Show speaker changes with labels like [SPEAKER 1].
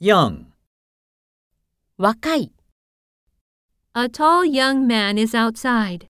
[SPEAKER 1] Young.
[SPEAKER 2] 若い。
[SPEAKER 3] A tall young man is outside.